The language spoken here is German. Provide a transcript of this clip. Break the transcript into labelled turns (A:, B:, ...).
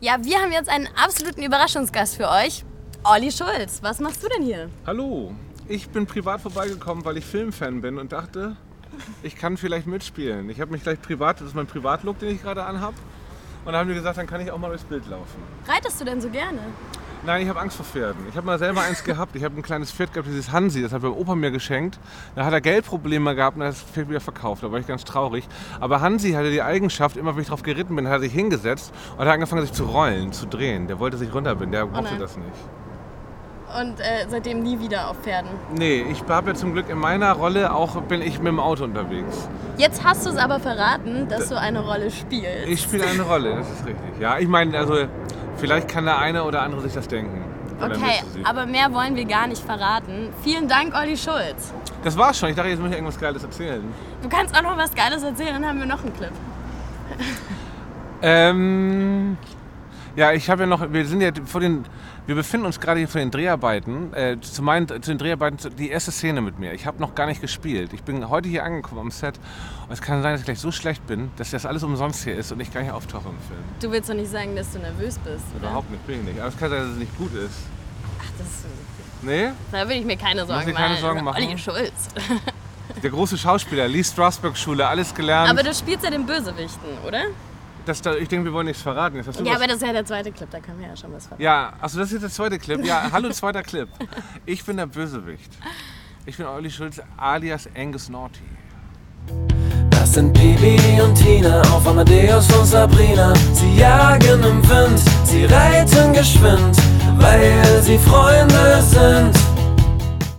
A: Ja, wir haben jetzt einen absoluten Überraschungsgast für euch. Olli Schulz, was machst du denn hier?
B: Hallo, ich bin privat vorbeigekommen, weil ich Filmfan bin und dachte, ich kann vielleicht mitspielen. Ich habe mich gleich privat, das ist mein Privatlook, den ich gerade anhab. Und da haben die gesagt, dann kann ich auch mal durchs Bild laufen.
A: Reitest du denn so gerne?
B: Nein, ich habe Angst vor Pferden. Ich habe mal selber eins gehabt. Ich habe ein kleines Pferd gehabt, dieses Hansi. Das hat mein Opa mir geschenkt. Da hat er Geldprobleme gehabt und hat das Pferd wieder verkauft. Da war ich ganz traurig. Aber Hansi hatte die Eigenschaft, immer wenn ich drauf geritten bin, hat er sich hingesetzt und hat angefangen, sich zu rollen, zu drehen. Der wollte sich runterbinden. Der brauchte
A: nein.
B: das nicht.
A: Und äh, seitdem nie wieder auf Pferden.
B: Nee, ich habe ja zum Glück in meiner Rolle auch, bin ich mit dem Auto unterwegs.
A: Jetzt hast du es aber verraten, dass du eine Rolle spielst.
B: Ich spiele eine Rolle, das ist richtig. Ja, ich meine, also vielleicht kann der eine oder andere sich das denken. Oder
A: okay,
B: müsste sie.
A: aber mehr wollen wir gar nicht verraten. Vielen Dank, Olli Schulz.
B: Das war's schon. Ich dachte, jetzt muss ich irgendwas Geiles erzählen.
A: Du kannst auch noch was Geiles erzählen, dann haben wir noch einen Clip.
B: Ähm, ja, ich habe ja noch, wir sind ja vor den, wir befinden uns gerade hier vor den Dreharbeiten, äh, zu, meinen, zu den Dreharbeiten, zu- die erste Szene mit mir. Ich habe noch gar nicht gespielt. Ich bin heute hier angekommen am Set und es kann sein, dass ich gleich so schlecht bin, dass das alles umsonst hier ist und ich gar nicht auftauche im Film.
A: Du willst doch nicht sagen, dass du nervös bist, oder?
B: Überhaupt nicht, bin ich nicht. Aber es kann sein, dass es nicht gut ist.
A: Ach, das,
B: Nee?
A: da will ich mir keine Sorgen
B: dir keine
A: machen.
B: Sorgen machen.
A: Olli Schulz.
B: Der große Schauspieler, Lee Strasberg-Schule, alles gelernt.
A: Aber du spielst ja den Bösewichten, oder?
B: das, da, ich denke, wir wollen nichts verraten. Jetzt hast du
A: Ja,
B: was-
A: aber das ist ja der zweite Clip, da können wir ja schon was verraten.
B: ja, also das ist jetzt der zweite Clip. Ja, hallo, zweiter Clip. Ich bin der Bösewicht. Ich bin Olli Schulz alias Angus Naughty.
C: Das sind Bibi und Tina auf Amadeus und Sabrina. Sie jagen im Wind, sie reiten geschwind, weil sie Freunde sind.